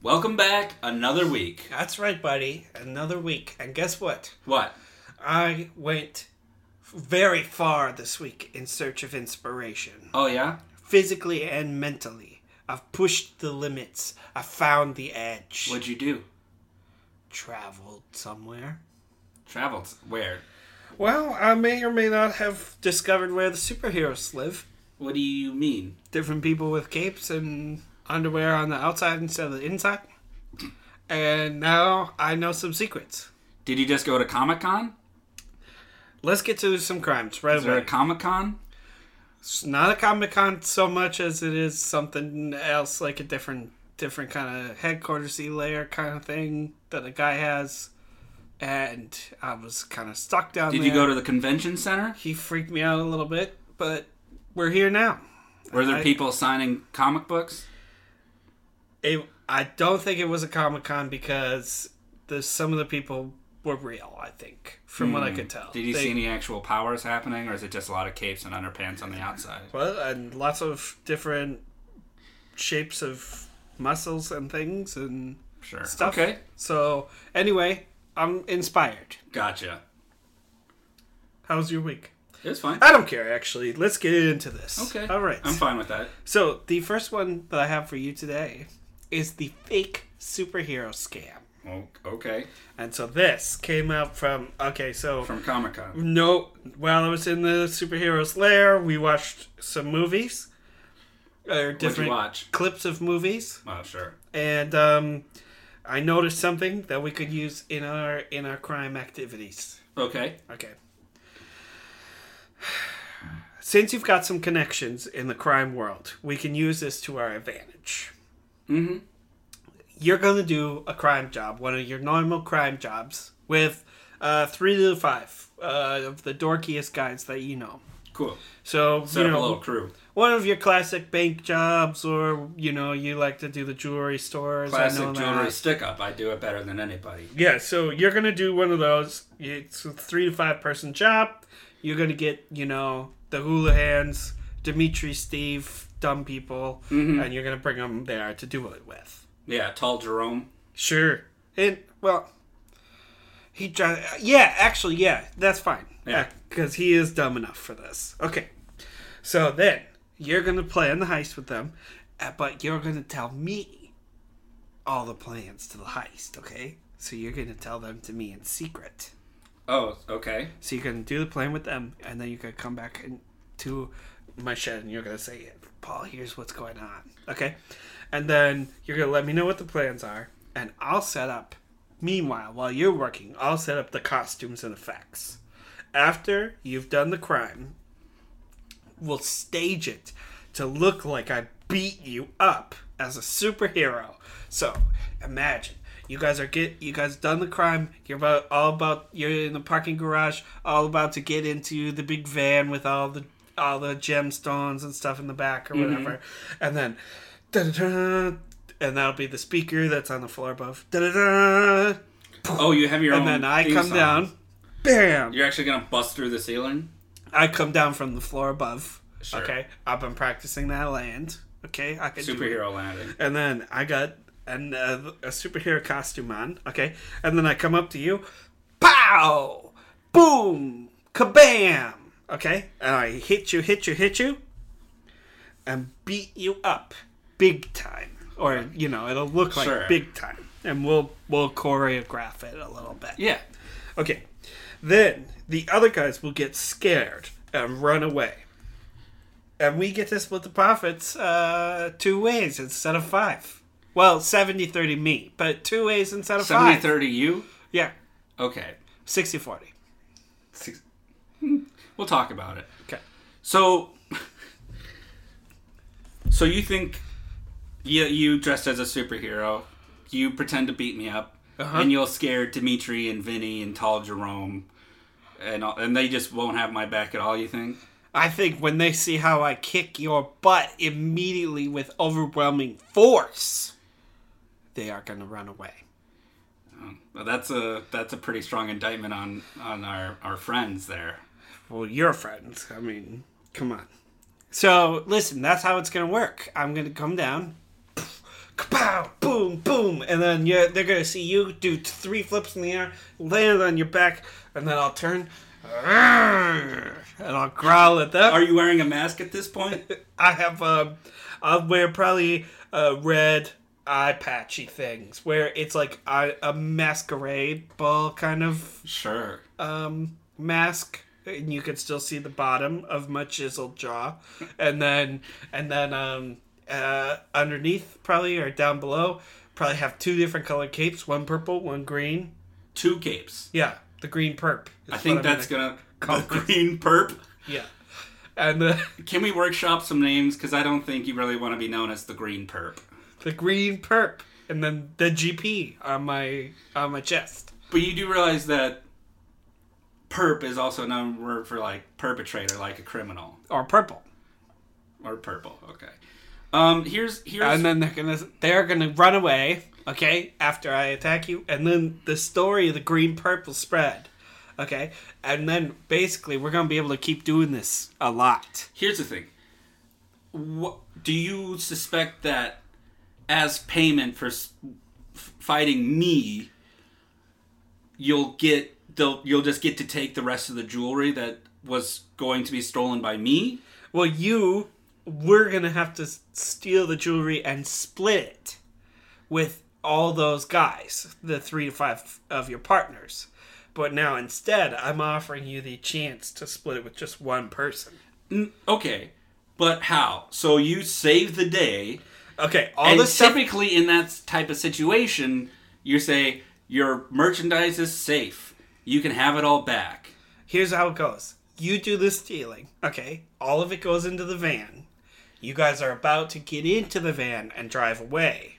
Welcome back another week. That's right, buddy. Another week. And guess what? What? I went very far this week in search of inspiration, Oh yeah? physically and mentally. I've pushed the limits. I found the edge. What'd you do? Traveled somewhere. Traveled where? Well, I may or may not have discovered where the superheroes live. What do you mean? Different people with capes and underwear on the outside instead of the inside. And now I know some secrets. Did you just go to Comic Con? Let's get to some crimes right Is away. there a Comic Con? It's not a Comic Con so much as it is something else, like a different different kind of headquartersy layer kind of thing that a guy has. And I was kind of stuck down Did there. you go to the convention center? He freaked me out a little bit, but we're here now. Were there I- people signing comic books? It, I don't think it was a Comic Con because the, some of the people were real. I think, from what I could tell. Hmm. Did you They- see any actual powers happening, or is it just a lot of capes and underpants on the outside? Well, and lots of different shapes of muscles and things and. Sure. stuff. Okay. So anyway, I'm inspired. Gotcha. How's your week? It's fine. I don't care actually. Let's get into this. Okay. Ah, All right. I'm fine with that. so the first one that I have for you today is the fake superhero scam. O- Okay. And so this came out from okay, so From Comic Con. no while I was in the superheroes lair, we watched some movies. Or What'd you different watch? clips of movies. Oh, sure. And um I noticed something that we could use in our in our crime activities. Okay. Okay. Since you've got some connections in the crime world, we can use this to our advantage. Mhm. You're going to do a crime job, one of your normal crime jobs, with uh, three to five uh, of the dorkiest guys that you know. Cool. So, Set you up a know, little crew. one of your classic bank jobs, or, you know, you like to do the jewelry stores. I know Classic that. jewelry stick up. I do it better than anybody. Yeah, so you're gonna do one of those. It's a three to five person job. You're gonna get, you know, the Houlihan's, Dimitri, Steve, dumb people, and you're gonna bring them there to do it with. Yeah, tall Jerome. Sure. And well, he dri- Yeah, actually, yeah, that's fine. Yeah. because he is dumb enough for this. Okay, so then you're gonna plan the heist with them, uh, but you're gonna tell me all the plans to the heist. Okay, so you're gonna tell them to me in secret. Oh, okay. So you're gonna do the plan with them, and then you're gonna come back and to my shed, and you're gonna say, "Paul, here's what's going on." Okay, and then you're gonna let me know what the plans are, and I'll set up. Meanwhile, while you're working, I'll set up the costumes and effects. After you've done the crime, we'll stage it to look like I beat you up as a superhero. So imagine you guys are get you guys done the crime. You're about all about you're in the parking garage, all about to get into the big van with all the all the gemstones and stuff in the back or whatever, and then. da-da-da, And that'll be the speaker that's on the floor above. Da-da-da, Oh, you have your and own. then I theme come song. down. Bam! You're actually gonna bust through the ceiling. I come down from the floor above. Sure. Okay. I've been practicing that land. Okay. I could do it. Superhero landing. And then I got an, uh, a superhero costume on. Okay. And then I come up to you. Pow! Boom! Kabam! Okay. And I hit you, hit you, hit you. And beat you up big time. Or, you know, it'll look like Sure. big time. And we'll we'll choreograph it a little bit. Yeah. Okay. Then the other guys will get scared and run away. And we get to split the profits uh, two ways instead of five. Well, 70 30 me, but two ways instead of 70 five. 30 you? Yeah, Okay. 60 40. Six. Hmm. We'll talk about it. Okay. So, so you think you you dressed as a superhero, you pretend to beat me up, Uh-huh. and you'll scare Dimitri and Vinny and Tall Jerome, and all, and they just won't have my back at all. You think? I think when they see how I kick your butt immediately with overwhelming force, they are going to run away. Well, that's a that's a pretty strong indictment on on our our friends there. Well, your friends. I mean, come on. So listen, that's how it's gonna work. I'm gonna come down, kapow, boom, boom, boom, and then yeah, they're gonna see you do three flips in the air, land on your back, and then I'll turn, and I'll growl at them. Are you wearing a mask at this point? I have um, I'll wear probably a red eye patchy things where it's like a, a masquerade ball kind of sure. um, mask, and you can still see the bottom of my chiseled jaw, and then and then um, uh, underneath probably or down below probably have two different color capes, one purple, one green. Two capes. Yeah, the green perp. is I think what I'm that's gonna- gonna call the green perp. yeah, and the Can we workshop some names? Because I don't think you really want to be known as the green perp. the green perp, and then the GP on my on my chest. But you do realize that perp is also another word for like perpetrator, like a criminal Or purple, or purple. Okay. Um. Here's here's and then they're gonna they're gonna run away. Okay, after I attack you, and then the story of the green perp will spread. Okay, and then basically we're gonna be able to keep doing this a lot. here's the thing. What do you suspect that as payment for s- f- fighting me, you'll get they'll you'll just get to take the rest of the jewelry that was going to be stolen by me? Well, you we're gonna have to s- steal the jewelry and split it with all those guys, the three to five of your partners. But now instead, I'm offering you the chance to split it with just one person. N- Okay, but how? So you save the day. Okay, all And this stuff typically in that type of situation, you say your merchandise is safe. You can have it all back. here's how it goes you do the stealing okay all of it goes into the van you guys are about to get into the van and drive away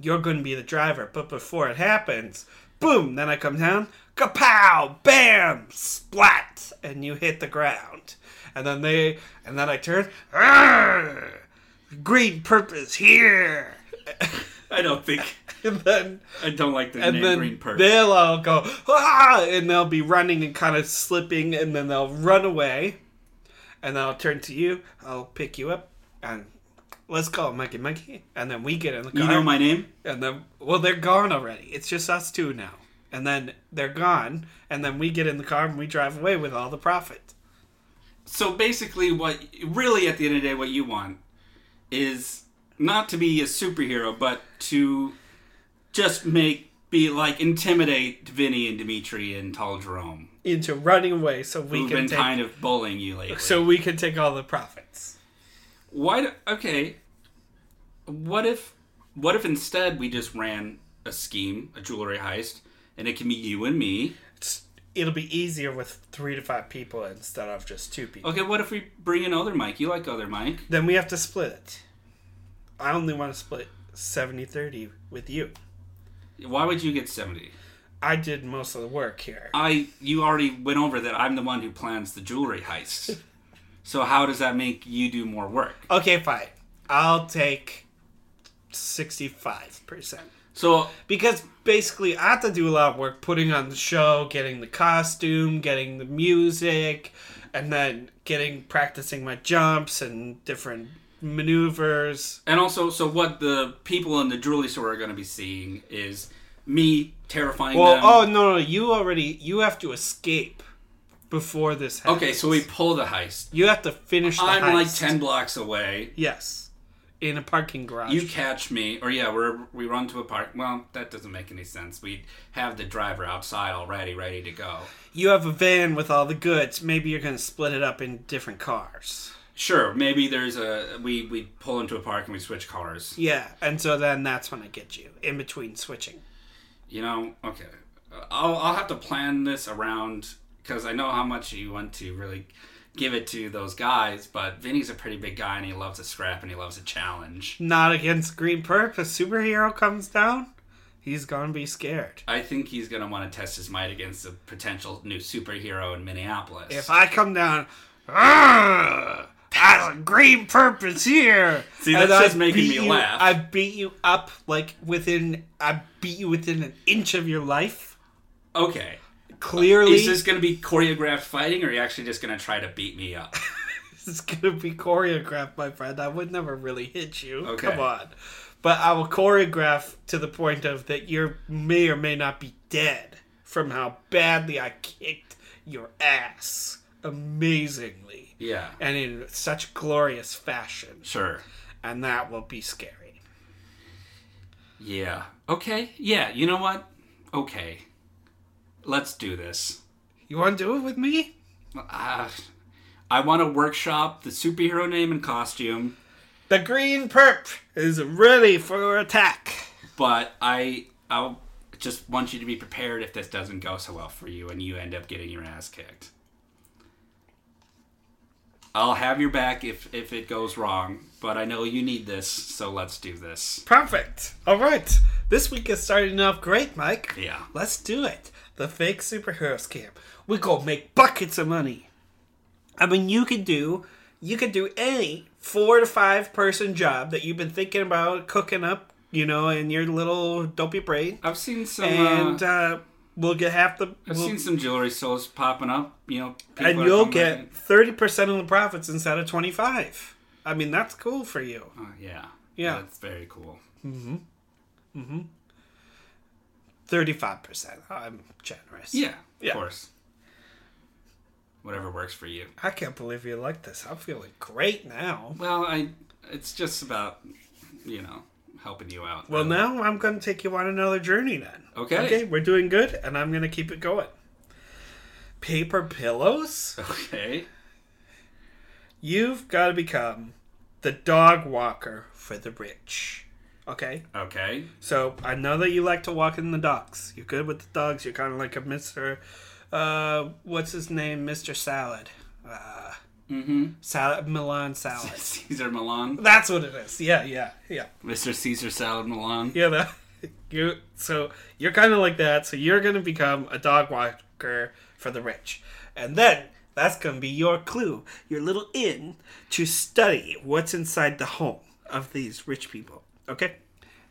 you're going to be the driver but before it happens boom then i come down kapow bam splat and you hit the ground and then they and then i turn "Arrgh! green purpose here I don't think and then I don't like the and name then Green Perk. they'll all go ah, and they'll be running and kind of slipping, and then they'll run away, and then I'll turn to you. I'll pick you up, and let's call Monkey Monkey, and then we get in the car, you know my name? and then well they're gone already. It's just us two now, and then they're gone, and then we get in the car and we drive away with all the profit. So basically, what really at the end of the day, what you want is not to be a superhero, but to just make be like intimidate Vinny and Dimitri and Tall Jerome, Into running away, so we who've can been take kind of bullying you lately. so we can take all the profits. Why? Do, okay. What if? What if instead we just ran a scheme, a jewelry heist, and it can be you and me? It's, it'll be easier with three to five people instead of just two people. Okay. What if we bring in other Mike? You like other Mike? Then we have to split it. I only want to split 70 30 with you. Why would you get seventy? I did most of the work here. I. You already went over that. I'm the one who plans the jewelry heist. so how does that make you do more work? Okay, fine. I'll take 65%. So Because basically, I have to do a lot of work putting on the show, getting the costume, getting the music, and then getting practicing my jumps and different maneuvers. and also, so what the people in the jewelry store are going to be seeing is me terrifying Well, them. oh, no, no, you already, you have to escape before this happens. okay, so we pull oh, the heist. You have to finish the I'm like heist. ten blocks away. Yes. In a parking garage. You catch me, or yeah, we're we run to a park. Well, that doesn't make any sense. We have the driver outside already, ready to go. You have a van with all the goods. Maybe you're going to split it up in different cars. Sure, maybe there's a we we pull into a park and we switch cars. Yeah, and so then that's when I get you in between switching. You know, okay. I'll I'll have to plan this around because I know how much you want to really give it to those guys, but Vinny's a pretty big guy and he loves to scrap and he loves a challenge. Not against Green Perp. A superhero comes down, he's going to be scared. I think he's gonna want to test his might against a potential new superhero in Minneapolis. If I come down, "Arrgh, that's a Green Perp is here. See, and that's I just making beat me you- laugh. I beat you up like within, I beat you within an inch of your life. okay. Clearly, Is this going to be choreographed fighting, or are you actually just going to try to beat me up? This is gonna be choreographed, my friend. I would never really hit you. Okay. Come on. but I will choreograph to the point of that you may or may not be dead from how badly I kicked your ass amazingly Yeah. and in such glorious fashion. Sure. And that will be scary. Yeah. Okay. Yeah. You know what? Okay. Let's do this. You want to do it with me? Uh, I want to workshop the superhero name and costume, The green perp is ready for attack. but I I'll just want you to be prepared if this doesn't go so well for you and you end up getting your ass kicked. I'll have your back if if it goes wrong, but I know you need this, so let's do this. Perfect. All right. This week is starting off great, Mike. Yeah. Let's do it. The fake superheroes camp. We gonna make buckets of money. I mean, you could do you could do any four to five person job that you've been thinking about cooking up, you know, in your little dopey brain, I've seen some and uh, uh, we'll get half the. I've we'll- seen some jewelry stores popping up, you know, people and are you'll coming in. get thirty percent of the profits instead of twenty five. I mean, that's cool for you. Oh, yeah. Yeah. That's very cool. Thirty five percent. I'm generous. Yeah, of Yeah. course. Whatever works for you. I can't believe you like this. I'm feeling great now. Well, I it's just about you know helping you out. Well, now I'm going to take you on another journey then. Oh. Okay. Okay, we're doing good, and I'm going to keep it going. Paper pillows? okay. You've got to become the dog walker for the rich. Okay? Okay. So I know that you like to walk in the dogs. You're good with the dogs. You're kind of like a Mr. Uh, what's his name? Mr. Salad. Uh, Mm-hmm. salad, Milan salad. Caesar Milan, That's what it is. Yeah, yeah, yeah. Mr. Caesar Salad Milan. Yeah, that, you. So you're kind of like that. So you're gonna become a dog walker for the rich, and then that's gonna be your clue, your little in to study what's inside the home of these rich people. Okay.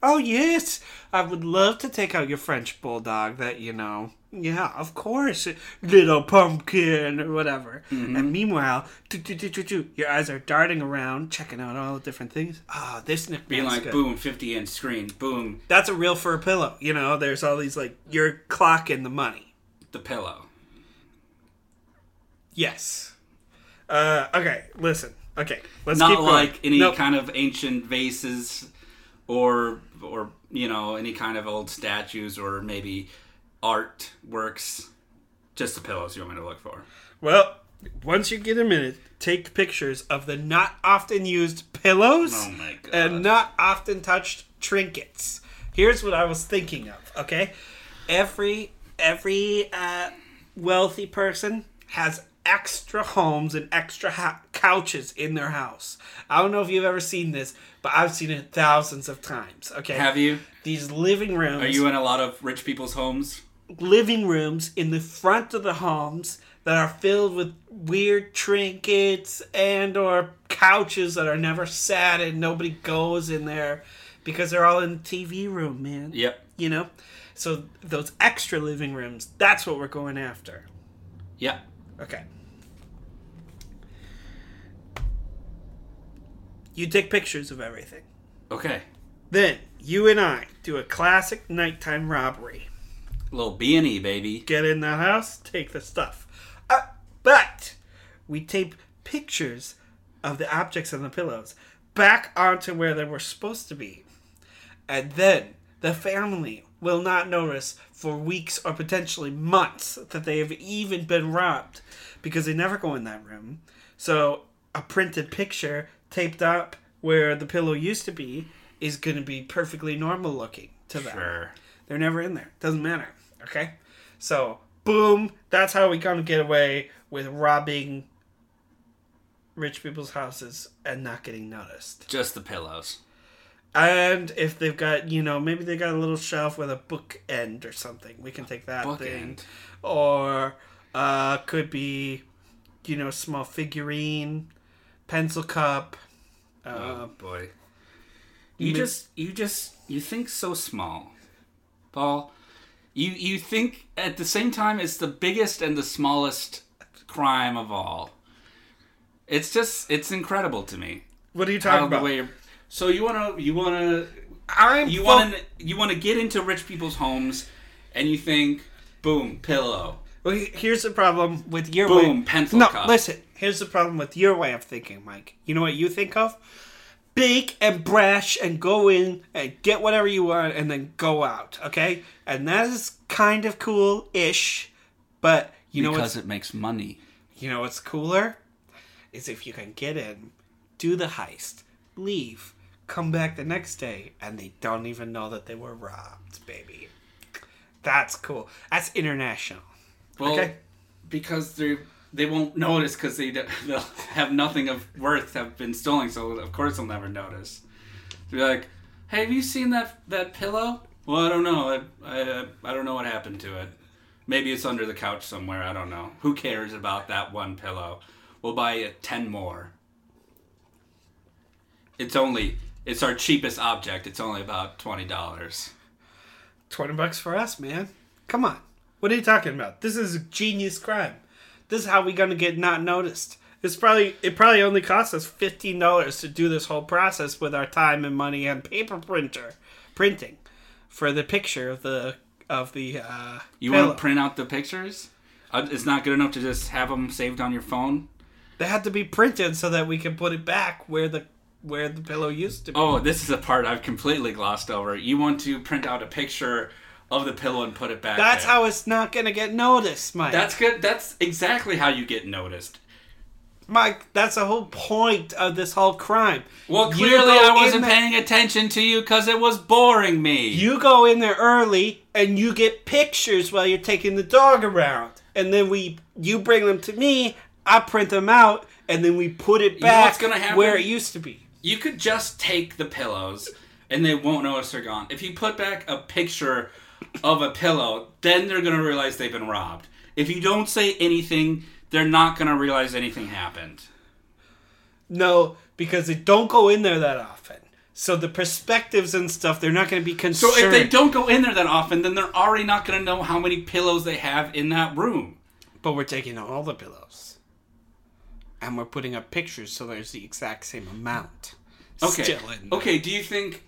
Oh yes, I would love to take out your French bulldog. That you know. Yeah, of course, little pumpkin or whatever. Mm-hmm. And meanwhile, do, do, do, do, do, your eyes are darting around, checking out all the different things. Ah, this nickname. Being like good boom, fifty inch screen, boom, that's a real fur pillow. You know, there's all these like you're clocking the money. the pillow. Yes. Uh, okay, listen. Okay, let's keep Not going. like any Nope. kind of ancient vases, or or you know any kind of old statues or maybe art works. Just the pillows you want me to look for. Well, once you get a minute, take pictures of the not often used pillows Oh my God. and not often touched trinkets. Here's what I was thinking of, okay? Every every uh, wealthy person has extra homes and extra ho couches in their house. I don't know if you've ever seen this, but I've seen it thousands of times, okay? Have you? These living rooms Are you in a lot of rich people's homes? living rooms in the front of the homes that are filled with weird trinkets and or couches that are never sat in nobody goes in there because they're all in the tv room man Yep. you know so those extra living rooms that's what we're going after Yep. okay you take pictures of everything Okay. then you and i do a classic nighttime robbery Little B and E baby. get in the house, take the stuff. Uh, but we tape pictures of the objects on the pillows back onto where they were supposed to be. And then the family will not notice for weeks or potentially months that they have even been robbed because they never go in that room. So a printed picture taped up where the pillow used to be is going to be perfectly normal looking to them. Sure. They're never in there. Doesn't matter. Okay? So, boom, that's how we gonna get away with robbing rich people's houses and not getting noticed. Just the pillows. And if they've got, you know, maybe they got a little shelf with a book end or something, we can take that Book thing. end? Or uh could be you know, small figurine, pencil cup. Oh boy. You Mi- just you just you think so small. Paul, you you think at the same time it's the biggest and the smallest crime of all. It's just it's incredible to me. What are you How talking the about? way- so you want to you want to I'm You fo- want to you want to get into rich people's homes, and you think, boom, pillow, Well, he- here's the problem with your way. boom, pencil no, cup. listen. Here's the problem with your way of thinking, Mike. You know what you think of? Big and brash, and go in and get whatever you want, and then go out. Okay, and that is kind of cool-ish, but you know what's because it makes money. you know what's cooler is if you can get in, do the heist, leave, come back the next day, and they don't even know that they were robbed, baby. That's cool. That's international. Well, Okay. because they they won't notice because they don't- they'll have nothing of worth have been stolen, so of course they'll never notice. They'll be like, "Hey, have you seen that that pillow?" Well, I don't know. I, I I don't know what happened to it. Maybe it's under the couch somewhere. I don't know. Who cares about that one pillow? We'll buy uh, ten more. It's only it's our cheapest object. It's only about twenty dollars. 20 bucks for us, man. Come on. What are you talking about? This is a genius crime. This is how we gonna get not noticed. It's probably it probably only cost us fifteen dollars to do this whole process with our time and money and paper printer printing for the picture of the of the uh You pillow. want to print out the pictures? Uh, It's not good enough to just have them saved on your phone. they had to be printed so that we can put it back where the where the pillow used to be. Oh, this is a part I've completely glossed over. You want to print out a picture of the pillow and put it back. That's there. how it's not gonna get noticed, Mike. That's good. That's exactly how you get noticed. Mike, that's the whole point of this whole crime. Well, You clearly go I wasn't in there- paying attention to you because it was boring me. You go in there early and you get pictures while you're taking the dog around. And then we you bring them to me, I print them out, and then we put it know what's back gonna happen? where it used to be. you could just take the pillows and they won't notice they're gone. If you put back a picture of a pillow, then they're going to realize they've been robbed. If you don't say anything, they're not going to realize anything happened. No, because they don't go in there that often. So the perspectives and stuff, they're not gonna be concerned. So if they don't go in there that often, then they're already not going to know how many pillows they have in that room. But we're taking all the pillows. And we're putting up pictures so there's the exact same amount. Okay. Still in there. Okay, do you think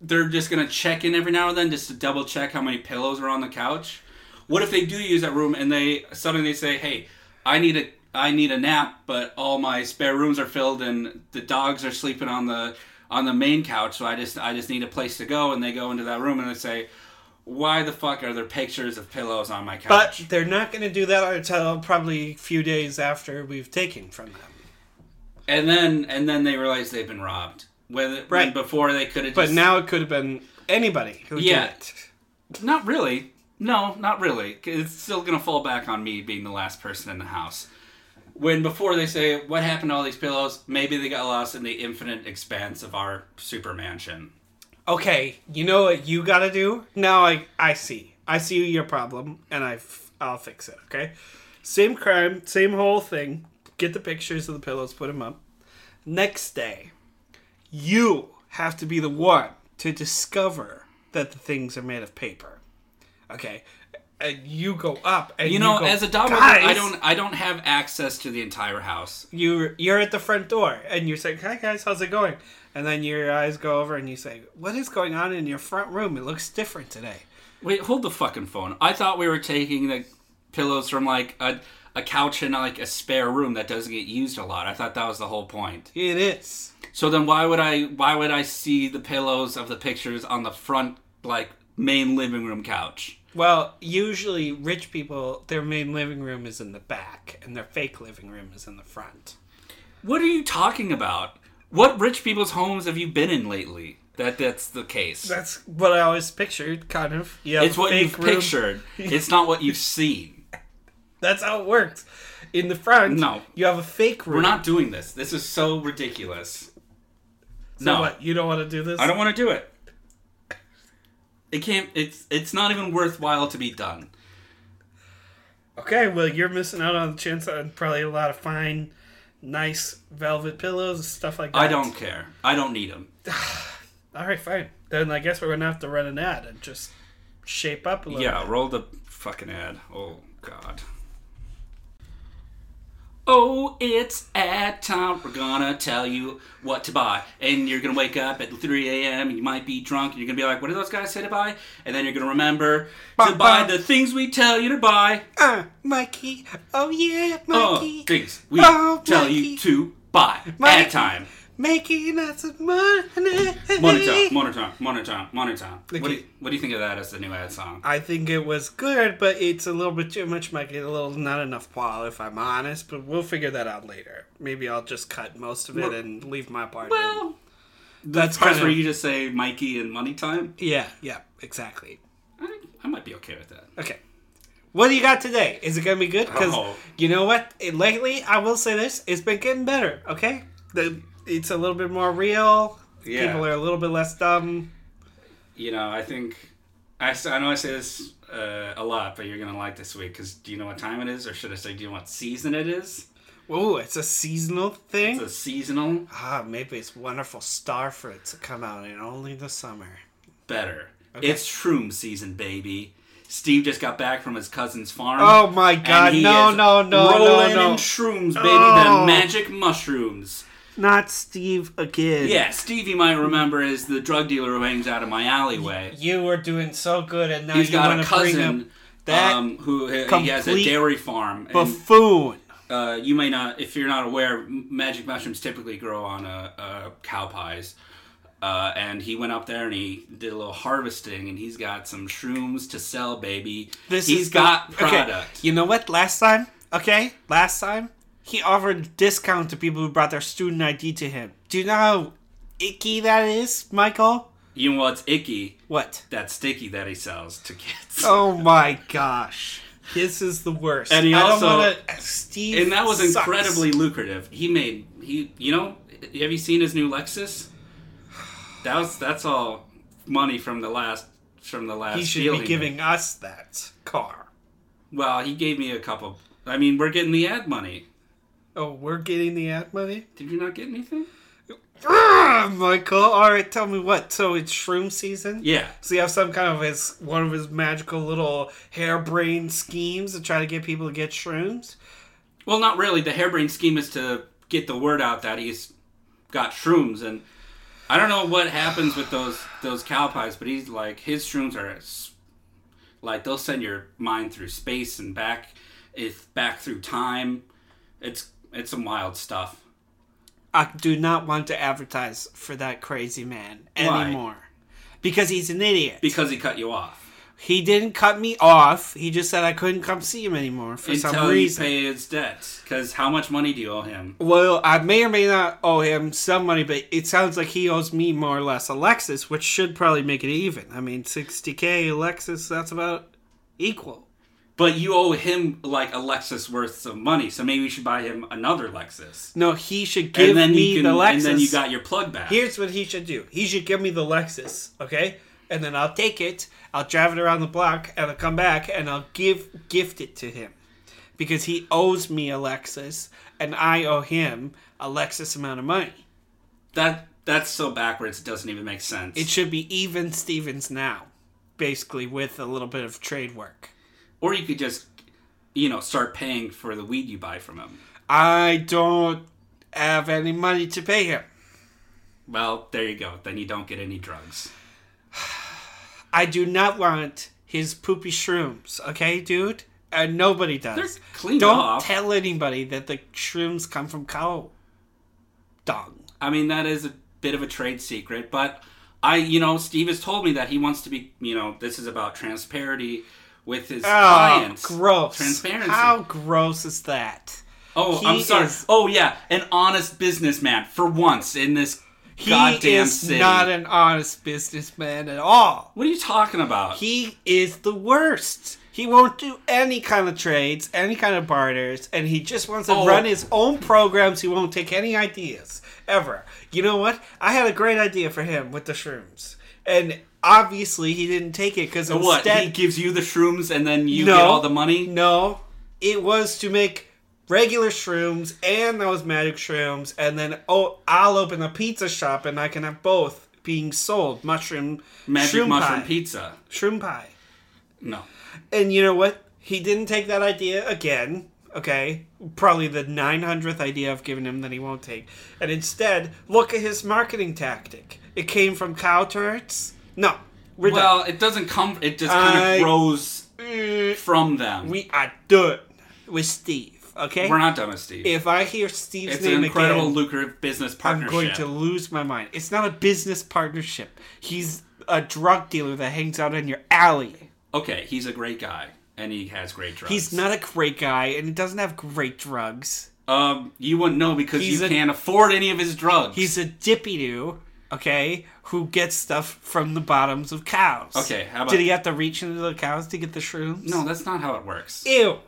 they're just going to check in every now and then just to double check how many pillows are on the couch? What if they do use that room and they suddenly say, "Hey, I need a I need a nap, but all my spare rooms are filled and the dogs are sleeping on the on the main couch, so I just I just need a place to go." And they go into that room and they say, "Why the fuck are there pictures of pillows on my couch?" But they're not going to do that until probably a few days after we've taken from them. and then and then they realize they've been robbed. Whether Right. when before they could have But just now it could have been anybody who Yeah. did it. Not really. No, not really. It's still gonna fall back on me being the last person in the house. When before they say what happened to all these pillows, maybe they got lost in the infinite expanse of our super mansion. Okay, you know what you got to do? Now I I see. I see your problem and I f- I'll fix it, okay? Same crime, same whole thing. Get the pictures of the pillows, put them up. Next day, you have to be the one to discover that the things are made of paper. Okay? And you go up and You know, go, as a Doppelganger, "Guys!" I don't I don't have access to the entire house. you you're at the front door and you're saying, "Hi guys, how's it going?" And then your eyes go over and you say, "What is going on in your front room? It looks different today." Wait, hold the fucking phone. I thought we were taking the pillows from like a a couch in like a spare room that doesn't get used a lot. I thought that was the whole point. It is. So then why would I why would I see the pillows of the pictures on the front like main living room couch? Well, usually rich people, their main living room is in the back and their fake living room is in the front. What are you talking about? What rich people's homes have you been in lately? That that's the case. That's what I always pictured, kind of. Yeah, it's what you've pictured. It's not what you've seen. That's how it works. In the front, No. you have a fake room. We're not doing this. This is so ridiculous. So no, what, you don't want to do this. I don't want to do it. It can't. It's it's not even worthwhile to be done. Okay, well, you're missing out on the chance on probably a lot of fine, nice velvet pillows and stuff like that. I don't care. I don't need them. All right, fine. Then I guess we're gonna have to run an ad and just shape up a little. Yeah, roll the fucking ad. Oh god. Oh, it's ad time. We're gonna tell you what to buy. And you're gonna wake up at 3 a.m. and you might be drunk and you're gonna be like, what did those guys say to buy? And then you're gonna remember to Buy, buy buy. the things we tell you to buy. Uh, Mikey. Oh, yeah, Oh, Mikey. things we Oh, tell Mikey. you to buy. Mikey. Ad time. Making lots of money. Money time, money time, money time, money time. What do, Okay. you, what do you think of that as the new ad song? I think it was good, but it's a little bit too much, Mikey. A little not enough Paul, if I'm honest. But we'll figure that out later. Maybe I'll just cut most of it Well- and leave my part. in. Well, that's parts kind where of you just say Mikey and money time. yeah, yeah, exactly. I, I might be okay with that. Okay. What do you got today? Is it gonna be good? Because Oh. you know what? It- lately, I will say this: it's been getting better. Okay, the, it's a little bit more real. Yeah. People are a little bit less dumb. You know, I think I, s- I know I say this uh, a lot, but you're gonna like this week because do you know what time it is, or should I say, do you know what season it is? Ooh, it's a seasonal thing. It's a seasonal ah, maybe it's wonderful star fruit to come out in only the summer. better. It's shroom season, baby. Steve just got back from his cousin's farm. Oh my god! and he No, is no, no, rolling no, no! in shrooms, baby. Oh. The magic mushrooms. Not Steve again. Yeah, Stevie might remember is the drug dealer who hangs out in my alleyway. You were doing so good, and now He's you got want a to bring up cousin that um, who he has a complete dairy farm. And, buffoon. uh, you may not, if you're not aware, m- magic mushrooms typically grow on uh, uh, cow pies. Uh, and he went up there and he did a little harvesting, and he's got some shrooms to sell, baby. This He's is the- got Okay. product. You know what? Last time, okay, last time he offered discount to people who brought their student ID to him. Do you know how icky that is, Michael? You know what's icky? What? That sticky that he sells to kids. Oh my gosh. This is the worst. And he I also- don't wanna, Steve and that was sucks. incredibly lucrative. He made he you know have you seen his new Lexus? That was that's all money from the last from the last. He should deal be made. giving us that car. Well, he gave me a couple. I mean, we're getting the ad money. Oh, we're getting the ad money? Did you not get anything? Ah, Michael, alright, tell me what. So it's shroom season? Yeah. So you have some kind of his one of his magical little harebrained schemes to try to get people to get shrooms. Well, not really. The harebrained scheme is to get the word out that he's got shrooms, and I don't know what happens with those those cow pies, but he's like his shrooms are s- like they'll send your mind through space and back, if back through time. It's it's some wild stuff. I do not want to advertise for that crazy man Why? anymore. Because he's an idiot. Because he cut you off he didn't cut me off. He just said I couldn't come see him anymore for some until you reason. pay his debts. Because how much money do you owe him? well, I may or may not owe him some money, but it sounds like he owes me more or less Alexis, which should probably make it even. I mean, 60k Alexis, that's about equal. But you owe him like a Lexus worth of money, so maybe we should buy him another Lexus. No, he should give And then me you can, the Lexus. and then you got your plug back. Here's what he should do. He should give me the Lexus, okay? And then I'll take it, I'll drive it around the block, and I'll come back and I'll give gift it to him. Because he owes me a Lexus and I owe him a Lexus amount of money. That that's so backwards. It doesn't even make sense. It should be even Stevens now, basically with a little bit of trade work. or you could just, you know, start paying for the weed you buy from him. I don't have any money to pay him. Well, there you go. Then you don't get any drugs. I do not want his poopy shrooms, okay, dude? And nobody does. They're cleaned Don't off. tell anybody that the shrooms come from cow dung. I mean, that is a bit of a trade secret, but I, you know, Steve has told me that he wants to be, you know, this is about transparency with his Oh, clients. gross. Transparency. How gross is that? oh, he I'm sorry. is- oh yeah, an honest businessman for once in this He goddamn is city. not an honest businessman at all. what are you talking about? He is the worst. He won't do any kind of trades, any kind of barters, and he just wants to Oh. run his own programs. He won't take any ideas ever. You know what? I had a great idea for him with the shrooms, and obviously he didn't take it because instead what he gives you the shrooms and then you No. get all the money. No, it was to make regular shrooms and those magic shrooms, and then oh, I'll open a pizza shop and I can have both being sold mushroom Magic shroom mushroom pie. pizza. shroom pie. No. And you know what? He didn't take that idea again. okay? Probably the 900th idea I've given him that he won't take. And instead, look at his marketing tactic. It came from cow turrets? No. We're well, it doesn't come. It just kind of I- grows done. from them. We, Mm, We are done with Steve, okay? are not done with Steve. if I hear Steve's it's name an incredible, again, lucrative business I'm partnership. going to lose my mind. It's not a business partnership. He's a drug dealer that hangs out in your alley. Okay, he's a great guy, and he has great drugs. He's not a great guy, and he doesn't have great drugs. Um, you wouldn't know because He's you a- can't afford any of his drugs. He's a dippy doo, okay, who gets stuff from the bottoms of cows. Okay, how about- Did he have to reach into the cows to get the shrooms? no, that's not how it works. Ew.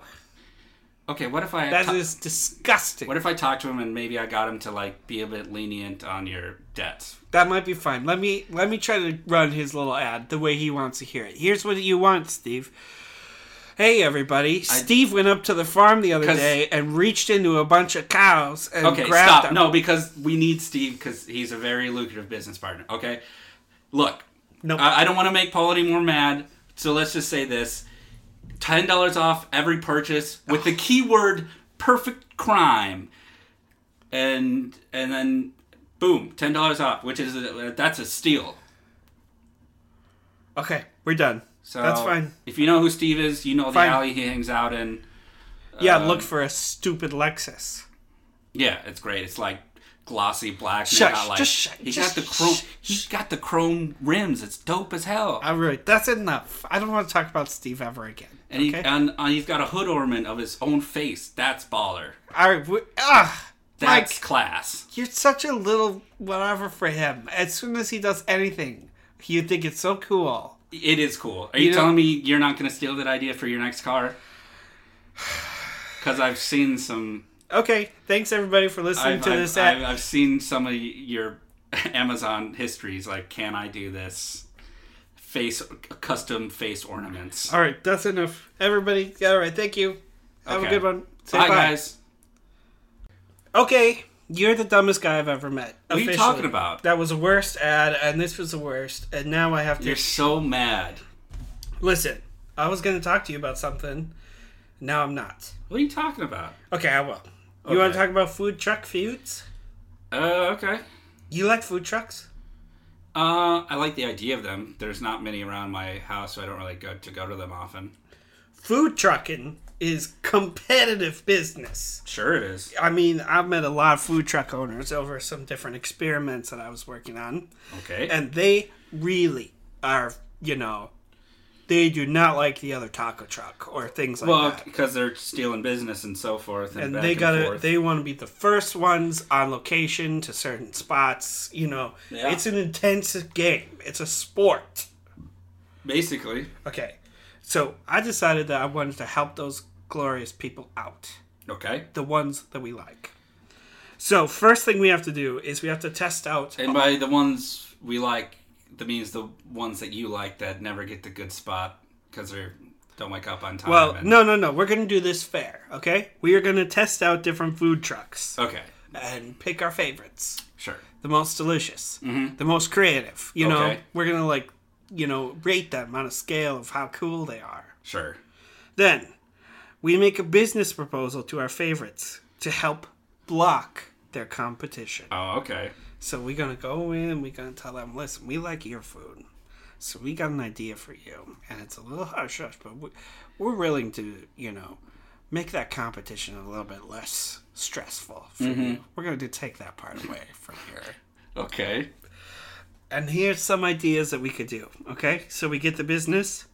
Okay, what if I That ta- is disgusting. what if I talked to him and maybe I got him to like be a bit lenient on your debts? That might be fine. Let me let me try to run his little ad the way he wants to hear it. Here's what you want, Steve. Hey everybody! Steve went up to the farm the other 'Cause- day and reached into a bunch of cows and Okay, grabbed stop. them. No, because we need Steve because he's a very lucrative business partner. Okay, look, Nope. I, I don't want to make Paul any more mad, so let's just say this: ten dollars off every purchase with the keyword "perfect crime," and and then boom, ten dollars off, which is a, that's a steal. Okay, we're done. So That's fine. If you know who Steve is, you know the Fine. alley he hangs out in. Yeah, look um, for a stupid Lexus. Yeah, it's great. It's like glossy black. and they Shush, got like, just shush, he just got the chrome. shush. He's got the chrome rims. It's dope as hell. I really that's enough. I don't want to talk about Steve ever again. and he okay. and uh, he's got a hood ornament of his own face. That's baller. All right. We, ugh, Mike, That's class. you're such a little whatever for him. As soon as he does anything, you think it's so cool. It is cool. Are you, know- telling me you're not going to steal that idea for your next car? Because I've seen some. Okay. Thanks everybody for listening I've, to I've- this. I've, ad- I've seen some of your Amazon histories. Like, can I do this? Face custom face ornaments. all right. That's enough. Everybody. All right. Thank you. Have a Okay. good one. Say Bye, guys. Okay. You're the dumbest guy I've ever met. What are you officially. talking about? That was the worst ad, and this was the worst, and now I have to You're so mad. listen. I was going to talk to you about something. Now I'm not. What are you talking about? Okay, I will. You want Okay. to talk about food truck feuds? Uh, okay. You like food trucks? Uh, I like the idea of them. There's not many around my house, so I don't really go to go to them often. Food trucking is competitive business. Sure, it is. I mean, I've met a lot of food truck owners over some different experiments that I was working on, Okay. and they really are, you know, they do not like the other taco truck or things like well, that. because they're stealing business and so forth, and, And back they and gotta, forth. they want to be the first ones on location to certain spots. You know, Yeah. it's an intense game. It's a sport. basically. Okay. So I decided that I wanted to help those glorious people out, Okay. the ones that we like. So first thing we have to do is we have to test out. And by the ones we like, that means the ones that you like that never get the good spot because they don't wake up on time. Well, and- no, no, no. We're gonna do this fair, okay? We are gonna test out different food trucks Okay. and pick our favorites, Sure. the most delicious, the most creative. You know, Mm-hmm. Okay. we're gonna like, you know, rate them on a scale of how cool they are. Sure. Then we make a business proposal to our favorites to help block their competition. Oh, okay. So we're gonna go in. We're gonna tell them, listen, we like your food, so we got an idea for you, and it's a little hush hush, but we, we're willing to, you know, make that competition a little bit less stressful for you. We're gonna do, take that part away from here. Okay. And here's some ideas that we could do. Okay, so we get the business.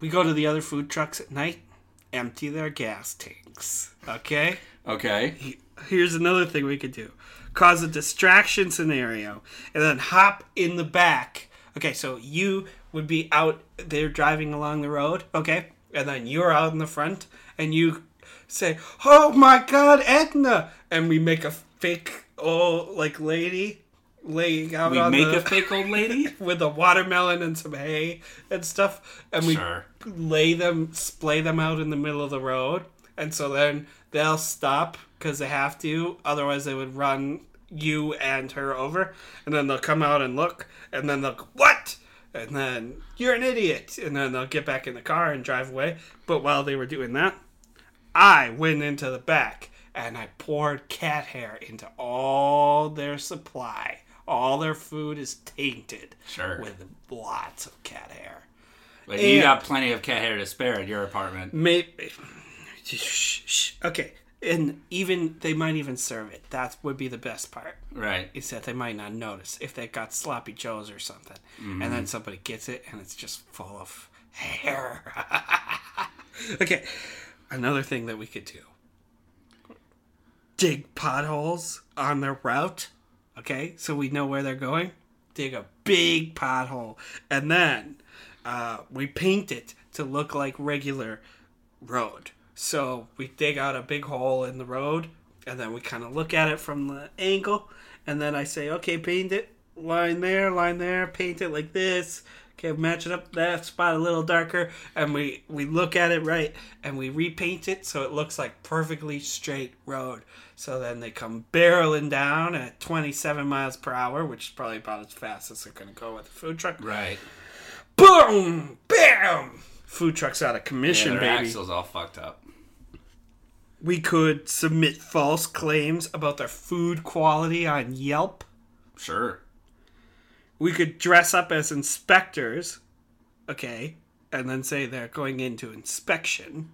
We go to the other food trucks at night, empty their gas tanks. Okay. Okay. Here's another thing we could do cause a distraction scenario and then hop in the back. Okay, so you would be out there driving along the road, okay? And then you're out in the front and you say, Oh my god, Edna! And we make a fake old, like, lady laying out We on make the, a fake old lady. with a watermelon and some hay and stuff. And we Sure. lay them, splay them out in the middle of the road, and so then they'll stop because they have to. Otherwise, they would run you and her over, and then they'll come out and look, and then they'll go, what? and then you're an idiot, and then they'll get back in the car and drive away. But while they were doing that, I went into the back and I poured cat hair into all their supply. All their food is tainted Sure. with lots of cat hair. But you And- got plenty of cat hair to spare at your apartment. Maybe. Shh, shh. Okay, and even they might even serve it. That would be the best part. Right. Is that they might not notice if they got sloppy joes or something, and then somebody gets it and it's just full of hair. okay, another thing that we could do: dig potholes on their route. Okay, so we know where they're going. Dig a big pothole, and then uh, we paint it to look like regular road. So we dig out a big hole in the road, and then we kind of look at it from the angle, and then I say, okay, paint it, line there, line there, paint it like this. Okay, match it up that spot a little darker, and we we look at it right, and we repaint it so it looks like perfectly straight road. So then they come barreling down at 27 miles per hour, which is probably about as fast as they're gonna go with a food truck. Right. Boom, bam! Food truck's out of Yeah, commission, their baby. axles all fucked up. We could submit false claims about their food quality on Yelp. Sure. We could dress up as inspectors, okay, and then say they're going into inspection,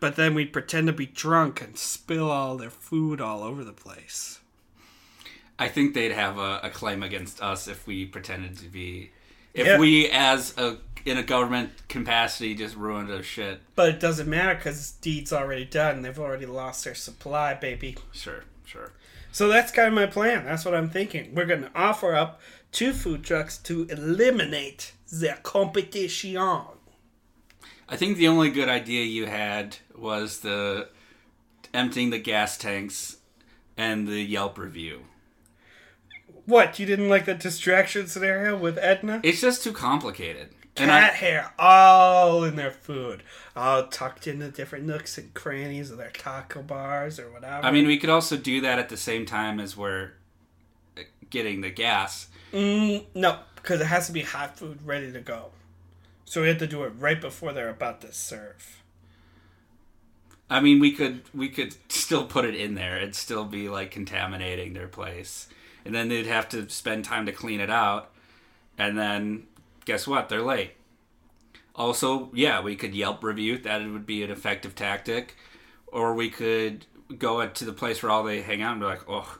but then we'd pretend to be drunk and spill all their food all over the place. I think they'd have a, a claim against us if we pretended to be, if Yeah. we as a in a government capacity just ruined their shit. But it doesn't matter because deed's already done. They've already lost their supply, baby. Sure. Sure. So that's kind of my plan. That's what I'm thinking. We're going to offer up two food trucks to eliminate their competition. I think the only good idea you had was the emptying the gas tanks and the Yelp review. What, you didn't like the distraction scenario with Edna? It's just too complicated. And Cat I, hair all in their food, all tucked into different nooks and crannies of their taco bars or whatever. I mean, we could also do that at the same time as we're getting the gas. Mm, no, because it has to be hot food ready to go. So we have to do it right before they're about to serve. I mean, we could we could still put it in there. It'd still be like contaminating their place, and then they'd have to spend time to clean it out. And then guess what? They're late. Also, yeah, we could Yelp review. That would be an effective tactic, or we could go to the place where all they hang out and be like, oh,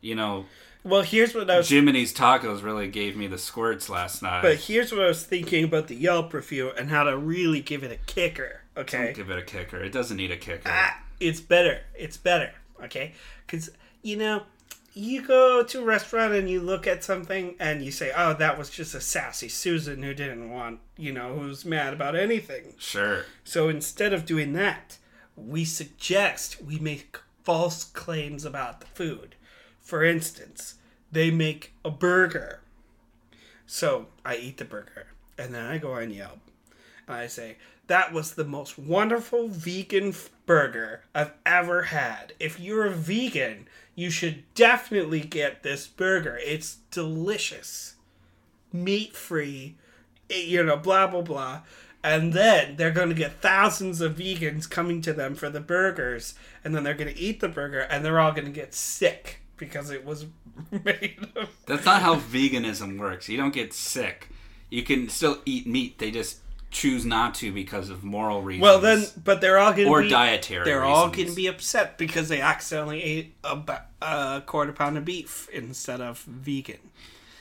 you know, Well, here's what I was Jiminy's Tacos really gave me the squirts last night. But here's what I was thinking about the Yelp review and how to really give it a kicker. Okay, Give it a kicker. It doesn't need a kicker. Ah, it's better. It's better. Okay, because you know, you go to a restaurant and you look at something and you say, "Oh, that was just a sassy Susan who didn't want, you know, who's mad about anything." Sure. So instead of doing that, we suggest we make false claims about the food. For instance, they make a burger. So I eat the burger and then I go on Yelp and I say, That was the most wonderful vegan f- burger I've ever had. If you're a vegan, you should definitely get this burger. It's delicious, meat free, you know, blah, blah, blah. And then they're going to get thousands of vegans coming to them for the burgers. And then they're going to eat the burger and they're all going to get sick because it was made of That's not how veganism works. You don't get sick. You can still eat meat. They just choose not to because of moral reasons. Well, then, but they're all going to or be, dietary. They're all reasons. going to be upset because they accidentally ate a, ba- a quarter pound of beef instead of vegan.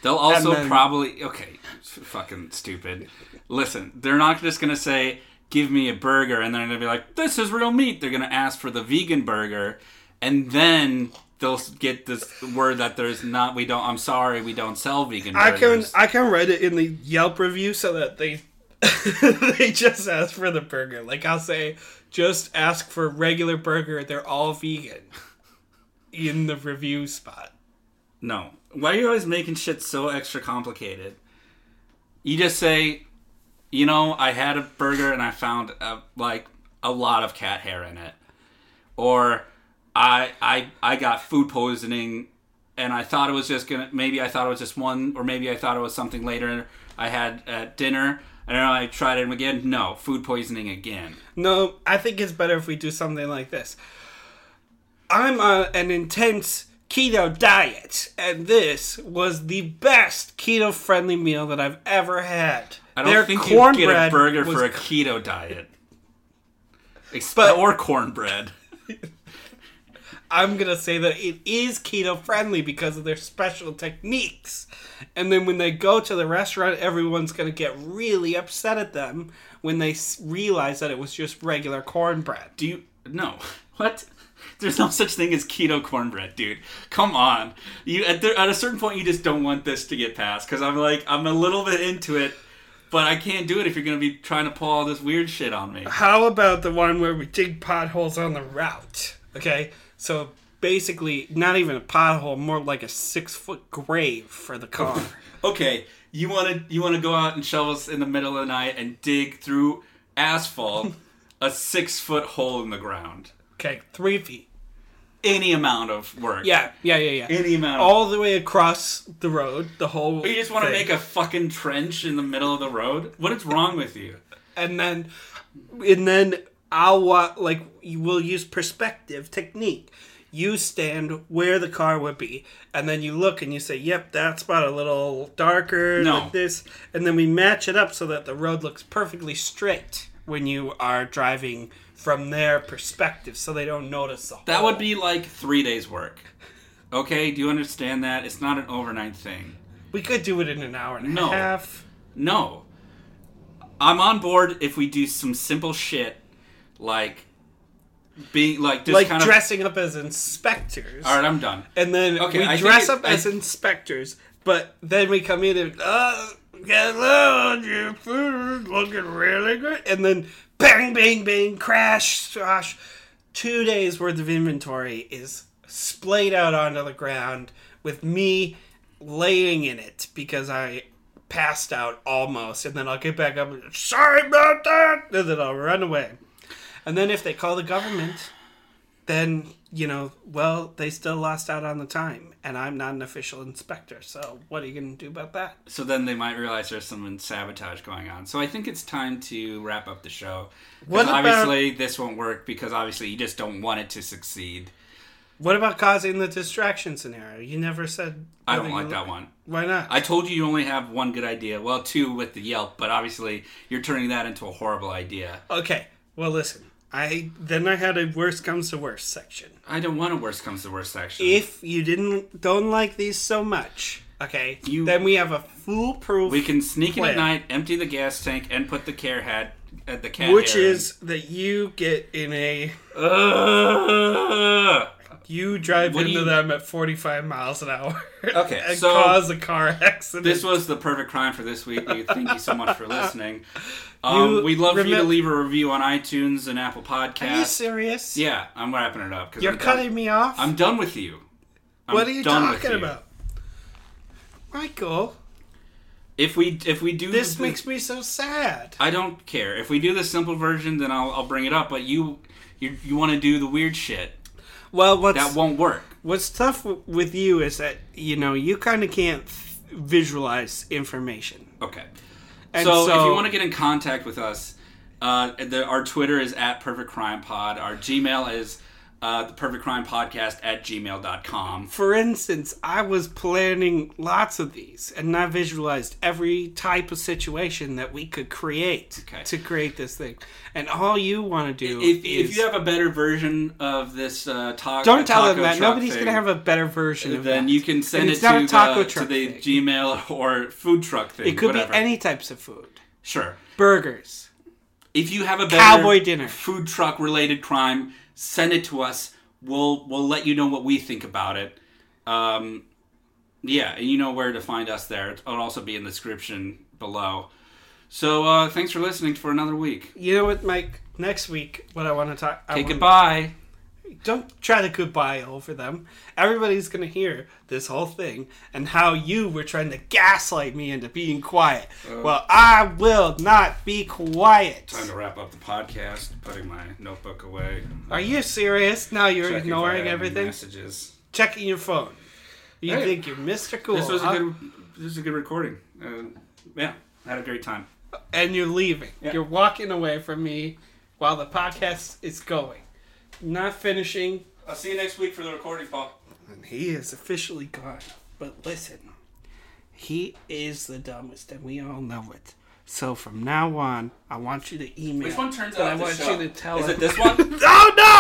They'll also and then- probably okay. Fucking stupid. Listen, they're not just going to say, "Give me a burger," and they're going to be like, "This is real meat." They're going to ask for the vegan burger, and then they'll get this word that there's not. We don't. I'm sorry, we don't sell vegan. I can burgers. I can write it in the Yelp review so that they they just ask for the burger. Like I'll say, just ask for regular burger. They're all vegan in the review spot. No. Why are you always making shit so extra complicated? You just say, you know, I had a burger and I found uh like a lot of cat hair in it, or I I I got food poisoning and I thought it was just gonna maybe I thought it was just one or maybe I thought it was something later, I had at dinner. And then I tried them again. No, food poisoning again. No, I think it's better if we do something like this. I'm on an intense keto diet, and this was the best keto friendly meal that I've ever had. I don't think you get a burger for a keto diet. Exp- or cornbread. I'm gonna say that it is keto friendly because of their special techniques. And then when they go to the restaurant, everyone's gonna get really upset at them when they s- realize that it was just regular cornbread. Do you no? What? There's no such thing as keto cornbread, dude. Come on. You at, the, at a certain point, you just don't want this to get past because I'm like I'm a little bit into it, but I can't do it if you're gonna be trying to pull all this weird shit on me. How about the one where we dig potholes on the route? Okay, so basically, not even a pothole, more like a six foot grave for the car. Okay, you want to you want to go out and shovels in the middle of the night and dig through asphalt, a six foot hole in the ground. okay, three feet. Any amount of work. Yeah, yeah, yeah, yeah. Any amount. Of, All the way across the road, the whole. you just want to thing. make a fucking trench in the middle of the road. What is wrong with you? and then and then I'll wa- like you will use perspective technique. You stand where the car would be, and then you look and you say, "Yep, that spot a little darker No. like this," and then we match it up so that the road looks perfectly straight when you are driving from their perspective, so they don't notice the That hole. would be like three days work. Okay, do you understand that? It's not an overnight thing. we could do it in an hour and No. a half. No. I'm on board if we do some simple shit like being like just Like kind of dressing up as inspectors. All right, I'm done. And then Okay, we I think dress it- up as I- inspectors, but then we come in and, oh, hello, your food is looking really good. And then bang, bang, bang, crash, swash. Two days worth of inventory is splayed out onto the ground with me laying in it because I passed out almost. And then I'll get back up, and, sorry about that. And then I'll run away. And then if they call the government, then you know, well, they still lost out on the time, and I'm not an official inspector, so what are you going to do about that? So then they might realize there's some sabotage going on. So I think it's time to wrap up the show. 'Cause What about- obviously this won't work because obviously you just don't want it to succeed. What about causing the distraction scenario? You never said. I don't whether like you- that one. Why not? I told you you only have one good idea. Well, two with the Yelp, but obviously you're turning that into a horrible idea. okay, well, listen. I then I had a worst comes to worst section. I don't want a worst comes to worst section. If you didn't don't like these so much, okay, You- then we have a foolproof, we can sneak in at Plan. night, empty the gas tank, and put the care hat at the cat. which hair in. is that you get in a uh, Ugh. you drive What do into you- them at forty five miles an hour. Okay, and so- cause a car accident. This was the perfect crime for this week. We thank you so much for listening. Um, You we'd love for you to remem- leave a review on iTunes and Apple Are you Podcasts. serious? Yeah, I'm wrapping it up because You're I'm cutting Done. me off? I'm done with you. I'm what are you done with talking you. about? Michael, If we if we do this the- makes me so sad. I don't care. If we do the simple version, then I'll, I'll bring it up. But you you, you want to do the weird shit Well, what's that won't work. what's tough w- with you is that, you know, you kind of can't th- visualize information. Okay. And so, if so- you want to get in contact with us, uh, the, our Twitter is at Perfect Crime Pod. Our Gmail is uh, the Perfect Crime Podcast at gmail.com. For instance, I was planning lots of these and I visualized every type of situation that we could create Okay. to create this thing. And all you want to do If, is if you have a better version of this uh, talk, don't tell taco them that. truck Nobody's thing, going to have a better version of Then that. you can send And it it's to, not a taco the, to truck the thing. Gmail or food truck thing. It could whatever. be any types of food. Sure. Burgers. If you have a better Cowboy dinner. food truck related crime, send it to us. We'll we'll let you know what we think about it. Um, yeah, and you know where to find us there. It'll also be in the description below. So uh, thanks for listening for another week. You know what, Mike? Next week, what I want to talk. I Okay, wanna- goodbye. Don't try to goodbye over them. Everybody's gonna hear this whole thing and how you were trying to gaslight me into being quiet. Uh, well, I will not be quiet. Time to wrap up the podcast. Putting my notebook away. Are you serious? Now you're Checking if I have ignoring any everything. Messages. Checking your phone. You Hey. think you're Mr. Cool? This was a huh? good. This was a good recording. Uh, yeah. Had a great time. and you're leaving. Yeah. You're walking away from me while the podcast is going. Not finishing. I'll see you next week for the recording, Paul. And he is officially gone. But listen, he is the dumbest, and we all know it. So from now on, I want you to email. Which one turns and out? I to want show? you to tell Is him. it this one? Oh no!